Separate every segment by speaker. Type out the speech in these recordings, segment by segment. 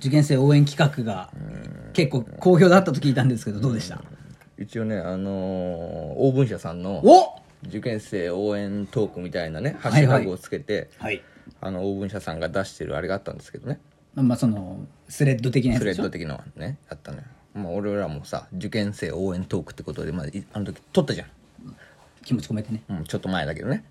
Speaker 1: 受験生応援企画が結構好評だったと聞いたんですけどどうでした
Speaker 2: 一応ね、あのー、オーブン社さんの
Speaker 1: お
Speaker 2: 受験生応援トークみたいなね、ハッシュタグをつけて、
Speaker 1: はい
Speaker 2: あの、オーブン社さんが出してるあれがあったんですけどね。
Speaker 1: まあそのスレッド的なやつ
Speaker 2: スレ
Speaker 1: でし
Speaker 2: ッド
Speaker 1: ょ
Speaker 2: 的なのがね、あったのよ。まあ、俺らもさ、受験生応援トークってことで、まあ、いあの時撮ったじゃん。
Speaker 1: 気持ち込めてね
Speaker 2: うん、ちょっと前だけどね。う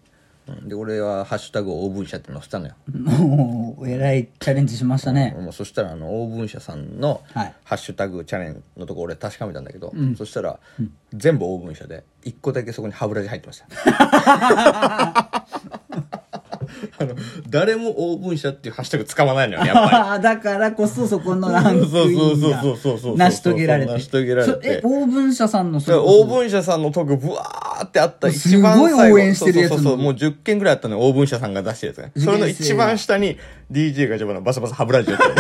Speaker 2: んで、俺はハッシュタグをオーブン社って載せたのよ。
Speaker 1: もうえらいチャレンジしましたね
Speaker 2: もうそしたらあのオーブン社さんの
Speaker 1: はい
Speaker 2: ハッシュタグチャレンジのとこ俺確かめたんだけど、そしたら全部オーブン社で一個だけそこに歯ブラシ入ってました あの誰もオーブン社っていうハッシュタグ使わないのよねやっぱり
Speaker 1: ああ だからこそそこのランクインが
Speaker 2: そうそうそうそうそうそう
Speaker 1: 成し遂げられて
Speaker 2: 成し遂げられて
Speaker 1: そえオーブン社さんのそ
Speaker 2: だ
Speaker 1: れ
Speaker 2: からオーブン社さんのトークブワーってあった一番
Speaker 1: すごい
Speaker 2: 最後
Speaker 1: 応援してるやつ
Speaker 2: そうそうそうもう10件ぐらいあったのよオーブン社さんが出してるやつねそれの一番下に DJ がジャパンのバサバサ歯ブラシやって る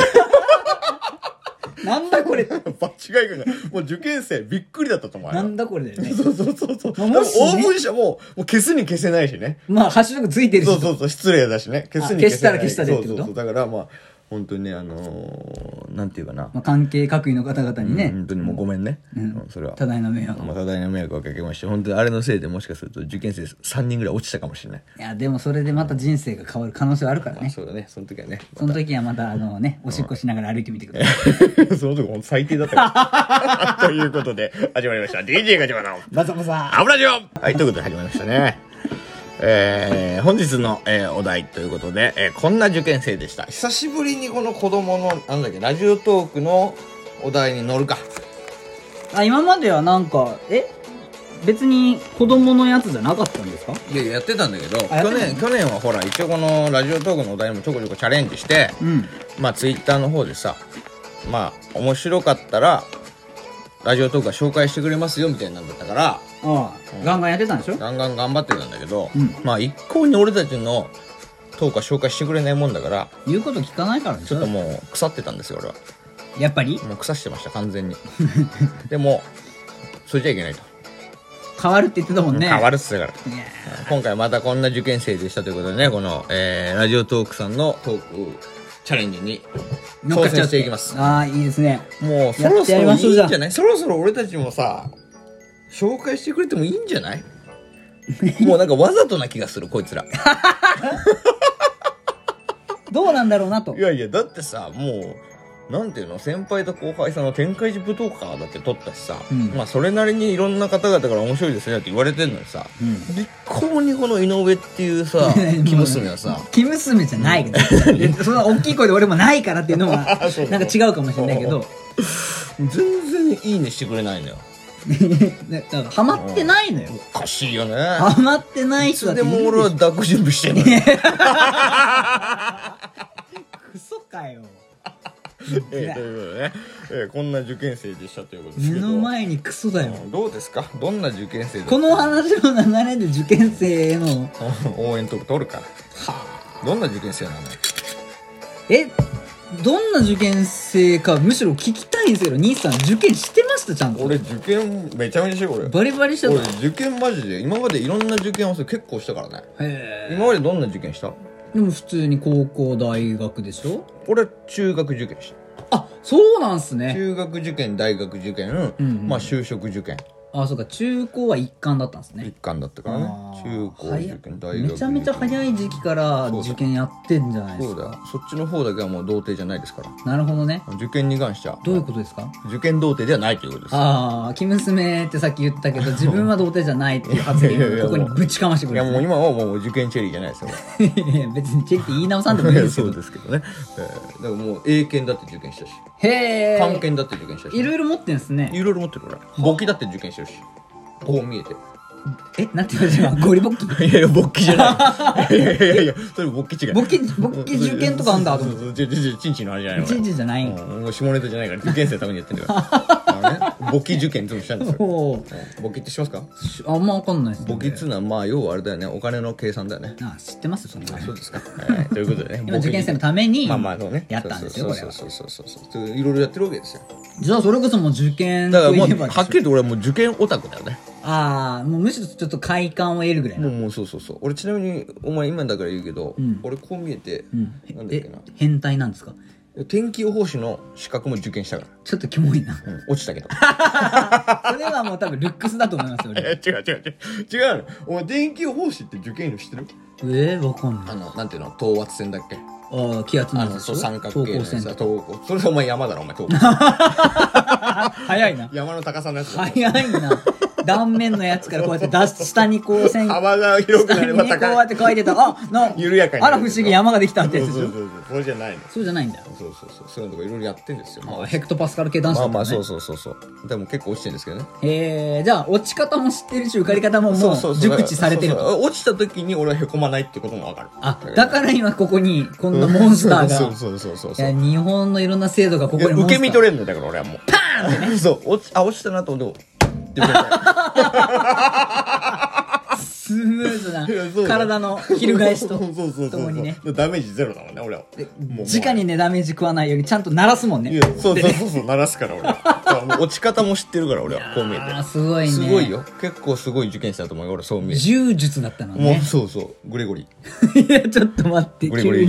Speaker 1: なんだこれ
Speaker 2: 間違いがないもう受験生びっくりだったと思うよ
Speaker 1: なんだこれだよね
Speaker 2: そうそうそうそう。
Speaker 1: まあもしね
Speaker 2: でもオーブン車も、もう消すに消せないしね。
Speaker 1: まあハッシュタグついてるし
Speaker 2: そうそうそう、失礼だしね。消すに
Speaker 1: あ消したら消したでってこと
Speaker 2: そうそうそう。だからまあ、本当にね、あのー、なんていうかな。
Speaker 1: まあ、関係各位の方々にね、
Speaker 2: 本当にもうごめんね。うんそれは。
Speaker 1: 多大な迷惑を
Speaker 2: まあ、多大な迷惑をかけまして、本当にあれのせいでもしかすると受験生3人ぐらい落ちたかもしれない。
Speaker 1: いやでもそれでまた人生が変わる可能性はあるから
Speaker 2: まあ、
Speaker 1: ね
Speaker 2: そうだね、その時は ね。
Speaker 1: その時はまたあのねおしっこしながら歩いてみてください
Speaker 2: その時本当最低だったから。 ということで、始まりました。DJ が始まるの。
Speaker 1: バサバサ
Speaker 2: 油ジオはい、ということで始まりましたね。えー、本日の、えーお題ということで、えーこんな受験生でした。久しぶりにこの子供の、なんだっけ、ラジオトークのお題に乗るか。
Speaker 1: あ今まではなんかえ別に子供のやつじゃなかったんですか
Speaker 2: いや、やってたんだけど、
Speaker 1: あやって
Speaker 2: 去
Speaker 1: た
Speaker 2: 年、去年はほら、一応このラジオトークのお題にもちょこちょこチャレンジして、
Speaker 1: うん
Speaker 2: まあ、ツイッターの方でさ、まあ、面白かったら、ラジオトークが紹介してくれますよ、みたいなんだったから、
Speaker 1: ああ、ガンガンやってたんでしょ
Speaker 2: ガンガン頑張ってたんだけど、
Speaker 1: うん
Speaker 2: まあ、一向に俺たちのトークは紹介してくれないもんだから、
Speaker 1: 言うこと聞かないからでし
Speaker 2: ちょっ
Speaker 1: ょ
Speaker 2: ともう腐ってたんですよ俺は
Speaker 1: やっぱり
Speaker 2: もう腐してました完全 にでもそれじゃいけないと、
Speaker 1: 変わるって言ってたもんね
Speaker 2: 変わるっすだから
Speaker 1: いや
Speaker 2: 今回またこんな受験生でしたということでねこの、えーラジオトークさんのトークチャレンジに
Speaker 1: 乗っか
Speaker 2: 挑
Speaker 1: っちゃ
Speaker 2: 戦
Speaker 1: っ
Speaker 2: していきます
Speaker 1: ああいいですね
Speaker 2: もうそ
Speaker 1: や
Speaker 2: ろ
Speaker 1: っ
Speaker 2: そ
Speaker 1: てや
Speaker 2: ろ
Speaker 1: りま
Speaker 2: いいん
Speaker 1: しょうじ
Speaker 2: じ
Speaker 1: ゃん
Speaker 2: ゃないそろそろ俺たちもさ紹介してくれてもいいんじゃないもうなんかわざとな気がするこいつら
Speaker 1: どうなんだろうなと
Speaker 2: いやいやだってさもうなんていうの先輩と後輩さんの天界寺舞踏家だって撮ったしさ、
Speaker 1: うん
Speaker 2: まあそれなりにいろんな方々から面白いですねって言われてんのにさ、
Speaker 1: う
Speaker 2: 一向にこの井上っていう さ生娘はさ
Speaker 1: 生娘じゃないけどいやそんな大きい声で俺もないからっていうのは
Speaker 2: そう
Speaker 1: なんか違うかもしれないけど
Speaker 2: 全然いいねしてくれないのよ
Speaker 1: ねだからハマってないのよ
Speaker 2: おかしいよね
Speaker 1: ハマってない
Speaker 2: い
Speaker 1: 人だ
Speaker 2: つ
Speaker 1: っ
Speaker 2: で
Speaker 1: ている
Speaker 2: も
Speaker 1: でしょ
Speaker 2: 俺は抱っこ準備してんのよ
Speaker 1: クソかよ
Speaker 2: ええということでね、ええこんな受験生でしたということです
Speaker 1: 目
Speaker 2: けど
Speaker 1: の前にクソだよ
Speaker 2: うんどうですかどんな受験生だった
Speaker 1: この話の流れで受験生への
Speaker 2: 応援トーク取るからどんな受験生なのよ
Speaker 1: えどんな受験生かむしろ聞きたいんですけど兄さん受験してましたちゃんと
Speaker 2: 俺受験めちゃめちゃしてる俺
Speaker 1: バリバリして
Speaker 2: 俺
Speaker 1: た
Speaker 2: 受験マジで今までいろんな受験を結構したからね
Speaker 1: へえ
Speaker 2: 今までどんな受験した
Speaker 1: でも普通に高校大学でしょ
Speaker 2: 俺中学受験し
Speaker 1: あそうなんす
Speaker 2: た
Speaker 1: ね
Speaker 2: 中学受験大学受験、
Speaker 1: うんうん
Speaker 2: まあ就職受験
Speaker 1: あそうか中高は一貫だったんですね
Speaker 2: 一貫だったからね
Speaker 1: あー
Speaker 2: 中高受
Speaker 1: 早
Speaker 2: 験大
Speaker 1: い
Speaker 2: 学受験
Speaker 1: めちゃめちゃ早い時期から
Speaker 2: そうだ
Speaker 1: 受験やってんじゃないで
Speaker 2: そ
Speaker 1: す
Speaker 2: うだよ
Speaker 1: か
Speaker 2: そっちの方だけはもう童貞じゃないですから
Speaker 1: なるほどね
Speaker 2: 受験に関しては
Speaker 1: どういうことですか
Speaker 2: 受験童貞ではないということです
Speaker 1: ああ、生娘ってさっき言ってたけど、自分は童貞じゃないっていう発
Speaker 2: いやいやい
Speaker 1: 言
Speaker 2: や
Speaker 1: をここにぶちかましてく
Speaker 2: い
Speaker 1: れ
Speaker 2: や
Speaker 1: るん
Speaker 2: も
Speaker 1: で
Speaker 2: う
Speaker 1: すね。
Speaker 2: 今はもう受験チェリーじゃないですよ
Speaker 1: いや別にチェック言い直さんでもいいですけ
Speaker 2: そ
Speaker 1: ど
Speaker 2: う。ですけどね、えー、だからもう英検だって受験したし
Speaker 1: へえ。
Speaker 2: 漢検だって受験したし
Speaker 1: いろいろ持ってんすね。
Speaker 2: いろいろ持ってるから簿記だって受験してるしこう見えて
Speaker 1: え、なんて言われた今ゴリボッキ
Speaker 2: いやいや、勃起じゃ ない。いやいやいや、それ勃起違う。
Speaker 1: ボッキ、ボッキ受験とかあんだと思っ
Speaker 2: そうそうそうちょちょちょちんちんのあれじゃない
Speaker 1: て。
Speaker 2: の。
Speaker 1: チェンジじゃないんか。
Speaker 2: うんもう下ネタじゃないから、受験生のためにやってんだから。あのね、勃起受験いつもしたんですよ。
Speaker 1: おー
Speaker 2: 勃起って知ってますか
Speaker 1: しあんまわかんないですね。
Speaker 2: 勃起っつうのは、まあ、要はあれだよね、お金の計算だよね。
Speaker 1: あ、知ってますそんなの
Speaker 2: そうです か。はいということでね、
Speaker 1: 今
Speaker 2: 勃起
Speaker 1: 受験生のために、
Speaker 2: まあまあ、そうね。
Speaker 1: やったんですよ、これ
Speaker 2: そう
Speaker 1: は。
Speaker 2: そうそうそうそうそう。いろいろやってるわけですよ。
Speaker 1: じゃあそれこそもう受験
Speaker 2: だから
Speaker 1: とい
Speaker 2: もう、
Speaker 1: えばでしょ
Speaker 2: はっきりと俺はもう受験オタクだよね。
Speaker 1: ああ、もうむしろちょっと快感を得るぐらい
Speaker 2: も
Speaker 1: な。
Speaker 2: う、もうそうそうそう。俺ちなみに、お前今だから言うけど
Speaker 1: ん、
Speaker 2: 俺こう見えて
Speaker 1: うん、
Speaker 2: なんだっけ
Speaker 1: え
Speaker 2: な。、
Speaker 1: 変態なんですか
Speaker 2: 天気予報士の資格も受験したか
Speaker 1: ちょっとキモいな。
Speaker 2: ら、うん、落ち たけど
Speaker 1: それはもう多分ルックスだと思いますよ、俺。
Speaker 2: え違う違う違う違うのお前天気予報士って受験料知ってる
Speaker 1: えー、わかんな
Speaker 2: あ
Speaker 1: い。
Speaker 2: のなんていうの等圧線だっけ
Speaker 1: ああ、気圧の
Speaker 2: あ
Speaker 1: やつ
Speaker 2: の
Speaker 1: でし
Speaker 2: そ
Speaker 1: ょ
Speaker 2: う三角形のや
Speaker 1: 等
Speaker 2: つ
Speaker 1: 高
Speaker 2: だ
Speaker 1: 線。
Speaker 2: 等高それお前山だろ お前等高
Speaker 1: 早いな。
Speaker 2: 山の高さのやつだろ
Speaker 1: 早いな。断面のやつからこうやって出す、下にこう線、下
Speaker 2: 幅が広くなれ
Speaker 1: に
Speaker 2: ば
Speaker 1: ねこう
Speaker 2: 高い
Speaker 1: やって書いてた。あ、な、
Speaker 2: 緩やかに
Speaker 1: あら不思議山ができたってやつ
Speaker 2: そ
Speaker 1: で
Speaker 2: う
Speaker 1: し
Speaker 2: そ
Speaker 1: ょ
Speaker 2: うそうそうそれじゃないの
Speaker 1: そうじゃないんだよ。
Speaker 2: そうそうそうそういうのとかいろいろやってんですよ
Speaker 1: あヘクトパスカル系男子
Speaker 2: ま
Speaker 1: だ
Speaker 2: あ
Speaker 1: った
Speaker 2: ま
Speaker 1: の
Speaker 2: あ
Speaker 1: ね
Speaker 2: そうそうそうそうでも結構落ちてるんですけどね
Speaker 1: へえ、じゃあ、落ち方も知ってるし、受かり方ももう、熟知されてる
Speaker 2: そう
Speaker 1: と。
Speaker 2: そう落ちた時に俺はへこまないってこともわかる
Speaker 1: あ、だから今ここに、こんなモンスターが。
Speaker 2: そうそうそうそうそう
Speaker 1: いや、日本のいろんな制度がここに
Speaker 2: 受け身取
Speaker 1: れ
Speaker 2: れるんだよだから俺はもうパーン そう落ちあ落ちたなと思ってでも
Speaker 1: スムーズない
Speaker 2: やそうだ
Speaker 1: 体の 翻しと
Speaker 2: そうそうそう
Speaker 1: と
Speaker 2: そ
Speaker 1: も
Speaker 2: う
Speaker 1: にね
Speaker 2: ダメージゼロだもんね俺はもう
Speaker 1: 直にねダメージ食わないようにちゃんと鳴らすもん
Speaker 2: い
Speaker 1: ね
Speaker 2: やそうそうそ うそう鳴らすから俺はだからもう落ち方も知ってるから俺はこう見え
Speaker 1: あー
Speaker 2: て
Speaker 1: すごいね
Speaker 2: すごいよ結構すごい受験生だと思うよ俺そう見えて
Speaker 1: 柔術だったの
Speaker 2: もう
Speaker 1: ね
Speaker 2: そうそうグレゴリー
Speaker 1: いやちょっと待って
Speaker 2: グレゴリ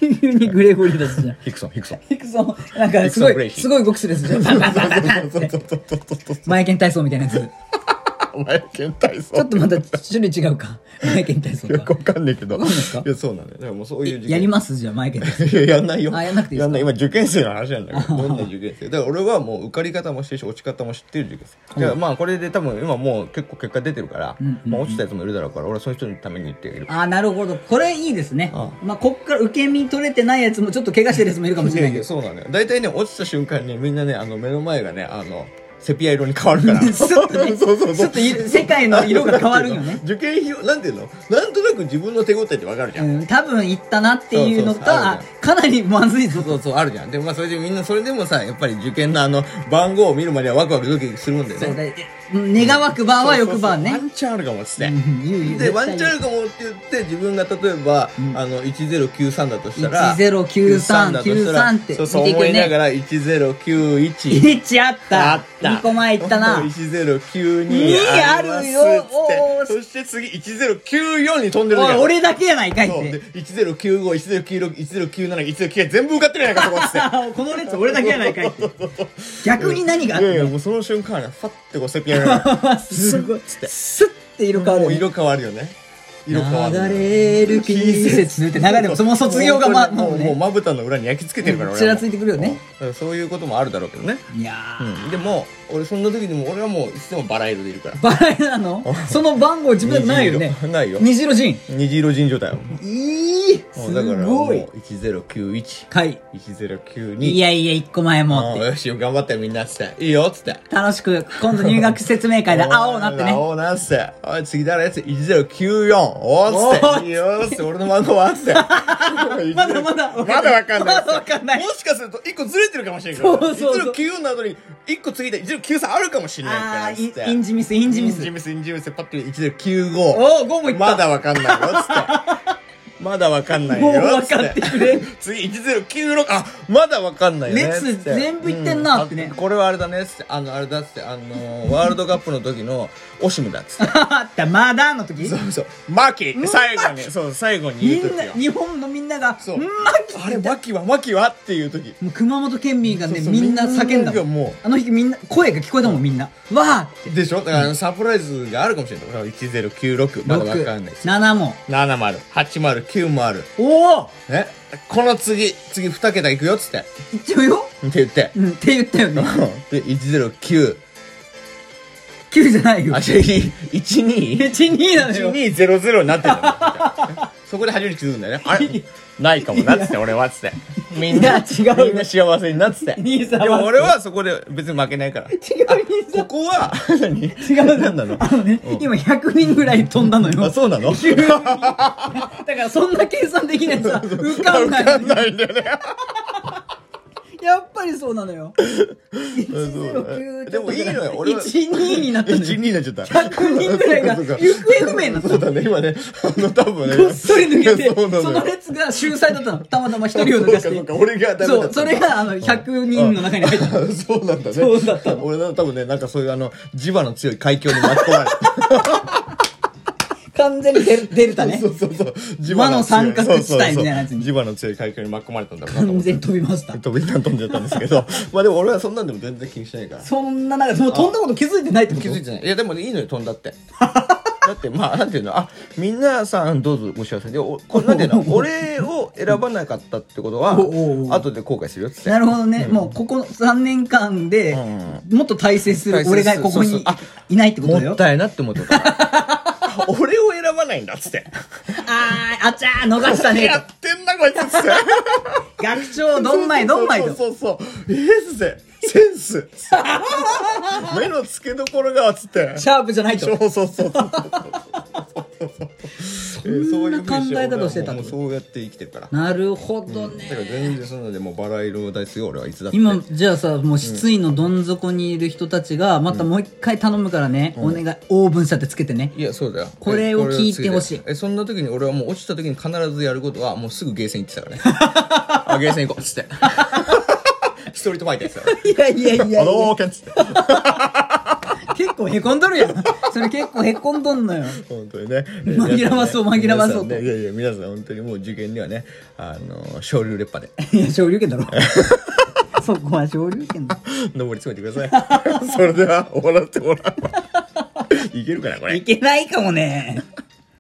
Speaker 1: 急
Speaker 2: ー
Speaker 1: に急にグレゴリーだすじゃん
Speaker 2: ヒクソンヒクソン
Speaker 1: ヒクソンなんかすご
Speaker 2: ヒクソンブレイ
Speaker 1: い
Speaker 2: キ
Speaker 1: すごい動きするやつじゃんパ ンパンパンパンパンって前剣体操みたいなやつち
Speaker 2: お前剣体操
Speaker 1: ょっとまた種類違うか前剣体操
Speaker 2: よく
Speaker 1: か
Speaker 2: わかんないけどい
Speaker 1: んないですか
Speaker 2: やそうなんだよだからもうそういう受験
Speaker 1: やりますじゃあ前剣体操
Speaker 2: いややんないよ
Speaker 1: あやんなくていいですか
Speaker 2: やんない今受験生の話な んだけどどんな受験生だから俺はもう受かり方もしてるし落ち方も知ってる受験生だからまあこれで多分今もう結構結果出てるから、まあ、落ちたやつもいるだろうから俺はそういう人のために言ってあげる
Speaker 1: ああなるほどこれいいですね
Speaker 2: あ
Speaker 1: まあこっから受け身取れてないやつもちょっと怪我してるやつもいるかもしれない
Speaker 2: い
Speaker 1: け
Speaker 2: や
Speaker 1: ど
Speaker 2: そうなんだよ大体ね落ちた瞬間にみんなねあの目の前がねあのセピア色に変わるから
Speaker 1: スッとね
Speaker 2: そうそう
Speaker 1: ち
Speaker 2: そ
Speaker 1: ょ
Speaker 2: う
Speaker 1: っとい世界の色が変わるよね
Speaker 2: 受験費用なんていうのなんとなく自分の手応えってわかるじゃん、
Speaker 1: うん、多分行ったなっていうのと
Speaker 2: そうそうそうあ
Speaker 1: あ
Speaker 2: るじ
Speaker 1: かなりまずいぞ
Speaker 2: そうそうあるじゃんでもまあそれでみんなそれでもさやっぱり受験のあの番号を見るまではワクワクドキドキするもんだよね
Speaker 1: そうだうん願わくばは欲ば
Speaker 2: そうそうそう
Speaker 1: ね
Speaker 2: ワンチャンあるかもっつっ
Speaker 1: う
Speaker 2: て
Speaker 1: ん言う言う
Speaker 2: で
Speaker 1: 絶
Speaker 2: ワ
Speaker 1: 対
Speaker 2: ンチャンあるかもって言って自分が例えば、あの1093だとしたら
Speaker 1: 1093
Speaker 2: だとしたら
Speaker 1: 93って
Speaker 2: そうそう
Speaker 1: 見ていく
Speaker 2: 思
Speaker 1: ね
Speaker 2: いながら1091
Speaker 1: 1あった
Speaker 2: あった
Speaker 1: 2個前行ったな
Speaker 2: 1092
Speaker 1: に
Speaker 2: ありま
Speaker 1: ある
Speaker 2: す
Speaker 1: よ
Speaker 2: っつ
Speaker 1: おー
Speaker 2: ってそして次1094に飛んでる
Speaker 1: おい
Speaker 2: ね
Speaker 1: 俺だけやないかい
Speaker 2: そう
Speaker 1: っ
Speaker 2: で
Speaker 1: て
Speaker 2: 1095109610971098全部受かってるやないかそこっつっ て
Speaker 1: あこの列俺だけやないかい って 逆に何があっ
Speaker 2: いやい
Speaker 1: た
Speaker 2: やもうその瞬間ねファッてこうセピアが
Speaker 1: の すごいスッて色変わ
Speaker 2: も
Speaker 1: るよ
Speaker 2: う
Speaker 1: ね
Speaker 2: 色変わるよね色変わる
Speaker 1: 流れる季節って流れもその卒業がまも
Speaker 2: もう
Speaker 1: う
Speaker 2: もう
Speaker 1: ね
Speaker 2: まぶたの裏に焼き付けてるから
Speaker 1: ちらついてくるよね
Speaker 2: うんそういうこともあるだろうけどね
Speaker 1: いやー
Speaker 2: うんでも俺そんな時でも俺はもういつでもバラ色でいるから
Speaker 1: バラ色なのその番号自分ないよね
Speaker 2: 虹色ないよ
Speaker 1: 虹色陣
Speaker 2: 虹色陣状態よ
Speaker 1: いい
Speaker 2: も
Speaker 1: す
Speaker 2: うだからも
Speaker 1: ご
Speaker 2: う
Speaker 1: い
Speaker 2: 1091
Speaker 1: はいい
Speaker 2: 1092
Speaker 1: やいや一個前も
Speaker 2: あ
Speaker 1: っ
Speaker 2: あ
Speaker 1: て
Speaker 2: よしよ頑張ったよみんなっつっていいよっつって
Speaker 1: 楽しく今度入学説明 会で青なってね
Speaker 2: 青なっつっておい次誰っつって1094おーっつっていいよっつって俺の番号はっつっ て
Speaker 1: まだまだ
Speaker 2: まだわかんない
Speaker 1: まだわかんない
Speaker 2: もしかすると一個ずれてるかもしれんけど
Speaker 1: そうそうそう
Speaker 2: 1094の後に一個次で1093あるかもしれないから
Speaker 1: あ
Speaker 2: っつっ
Speaker 1: ー
Speaker 2: て
Speaker 1: インインジミスインジミ
Speaker 2: イン
Speaker 1: ス
Speaker 2: ジミスインジミスパッて1095
Speaker 1: おお5もいった
Speaker 2: まだわかんないよっつ って。まだわかんないよ
Speaker 1: もうわ
Speaker 2: っつ
Speaker 1: かってくれ
Speaker 2: 次1096あまだわかんないよね
Speaker 1: 列
Speaker 2: つって
Speaker 1: 全部いってんなってね
Speaker 2: うんあこれはあれだねっつってあのあれだっつってあのーワールドカップの時のオシムだっつっ て
Speaker 1: あった まだの時
Speaker 2: そうそうマキって最後にそう最後に
Speaker 1: み
Speaker 2: 言うん時
Speaker 1: な
Speaker 2: よ
Speaker 1: 日本のみんなが
Speaker 2: そう
Speaker 1: うんま
Speaker 2: あれマキはマキはっていう時
Speaker 1: もう熊本県民がね
Speaker 2: そうそう
Speaker 1: みんな叫んだもん
Speaker 2: みんながも
Speaker 1: あの日みんな声が聞こえたもんみんなわーって
Speaker 2: でしょだからあのサプライズがあるかもしれないだから1096まだわかんないし
Speaker 1: 7も
Speaker 2: 708090もある
Speaker 1: おお
Speaker 2: ねこの次次2桁いくよっつって
Speaker 1: 一応よ
Speaker 2: って言って
Speaker 1: うんって言ったよね
Speaker 2: で、109。
Speaker 1: 9じゃないよ
Speaker 2: あ、じゃあ、12?1200
Speaker 1: 12なのよ
Speaker 2: になってるんだよ。 そこで初めて気づくんだよね。あれないかもなっつって、俺はっつって。みんな、
Speaker 1: いや違うよ
Speaker 2: みんな幸せになっつって。
Speaker 1: 兄さんは
Speaker 2: でも俺はそこで別に負けない から。
Speaker 1: 違う兄さ
Speaker 2: こ
Speaker 1: ん
Speaker 2: こは、何
Speaker 1: 違う
Speaker 2: 何なの
Speaker 1: あのね、今100人ぐらい飛んだのよ
Speaker 2: あ、そうな の
Speaker 1: 急にだからそんな計算できないとさ浮かんない
Speaker 2: わかんないんだよね。
Speaker 1: やっぱりそうなのよ109
Speaker 2: でもいいのよ俺は
Speaker 1: 12になったの
Speaker 2: 12
Speaker 1: よ
Speaker 2: になっち ゃった。
Speaker 1: 100人ぐらいが
Speaker 2: そう
Speaker 1: 行
Speaker 2: か
Speaker 1: 方
Speaker 2: そうか
Speaker 1: 不明になった
Speaker 2: そ
Speaker 1: の
Speaker 2: うだね、今ね、あの、多分ね。
Speaker 1: こっそり抜けて
Speaker 2: そうな
Speaker 1: そ
Speaker 2: よ
Speaker 1: の列が秀才だったのたまたま一人を抜かし
Speaker 2: そうかそう
Speaker 1: て
Speaker 2: か俺がダメだったん
Speaker 1: そ
Speaker 2: だ
Speaker 1: うそれがあの100人の中に入った
Speaker 2: あ そうなんだね。
Speaker 1: そうだったの
Speaker 2: 俺の多分ね、なんかそういうあの、磁場の強い海峡に巻き込まれた。
Speaker 1: 完全にデルデルタね
Speaker 2: そうそうそう。磁
Speaker 1: 場の三角地帯みたいなやつに
Speaker 2: そうそうそう磁場の強い海峡に巻き込まれたんだろうなと
Speaker 1: 完
Speaker 2: 思って
Speaker 1: 全に飛びました
Speaker 2: 飛び飛んじゃったんです けど、まあでも俺はそんなんでも全然気にしないから。
Speaker 1: そんな中でもう飛んだこと気づいてないってこと
Speaker 2: 気づいてない。いやでもいいのよ、飛んだって。だってまあ、なんていうの、あ、みんなさんどうぞご幸せで、おこなんて いうの、俺を選ばなかったってことは
Speaker 1: おお、お
Speaker 2: 後で後悔するよっつって。
Speaker 1: なるほどね、もうここ3年間で
Speaker 2: ん
Speaker 1: もっと大成する
Speaker 2: 大成する
Speaker 1: 俺がここ
Speaker 2: そう
Speaker 1: に
Speaker 2: そうあ
Speaker 1: いないってことだ
Speaker 2: も
Speaker 1: よ
Speaker 2: ったいなって思った から。俺を選ばないんだっつって。
Speaker 1: あーあちゃー逃したね
Speaker 2: やってんな、こいつっつって。
Speaker 1: 学長どんまいどんまいと
Speaker 2: そうそうそうそう。えーっつって、センス。目の付けどころが、つって。
Speaker 1: シャープじゃないと
Speaker 2: そうそう そうそうそうそうそ
Speaker 1: そん
Speaker 2: う
Speaker 1: な
Speaker 2: いう風に
Speaker 1: 考え方してた
Speaker 2: 俺
Speaker 1: の
Speaker 2: はもうそうやって生きてるからだ
Speaker 1: なるほど
Speaker 2: か
Speaker 1: ね、
Speaker 2: ら全然そんなのでもうバラ色大好きよ俺はいつだって
Speaker 1: 今じゃあさもう失意のどん底にいる人たちがまたもう一回頼むからね、お願いオーブン車ってつけてね
Speaker 2: いやそうだよ
Speaker 1: これを聞いてほしい
Speaker 2: えこれを継でえそんな時に俺はもう落ちた時に必ずやることはもうすぐゲーセン行って たからねあゲーセン行こうっつってストリートファイターやってたから
Speaker 1: いやいやいやい
Speaker 2: あ
Speaker 1: や
Speaker 2: のーけんっつって
Speaker 1: 結構へこんどるやんそれ結構へこんどんのよ
Speaker 2: 本当 にね
Speaker 1: 紛らわそう紛らわそうと
Speaker 2: 皆さんねいやいや皆さん本当にもう受験にはねあの昇竜烈波で
Speaker 1: いや昇竜拳だろそこは昇竜拳だ
Speaker 2: 登り詰めてく ださいそれでは終わらせてもらうわいけるかなこれ
Speaker 1: いけないかもね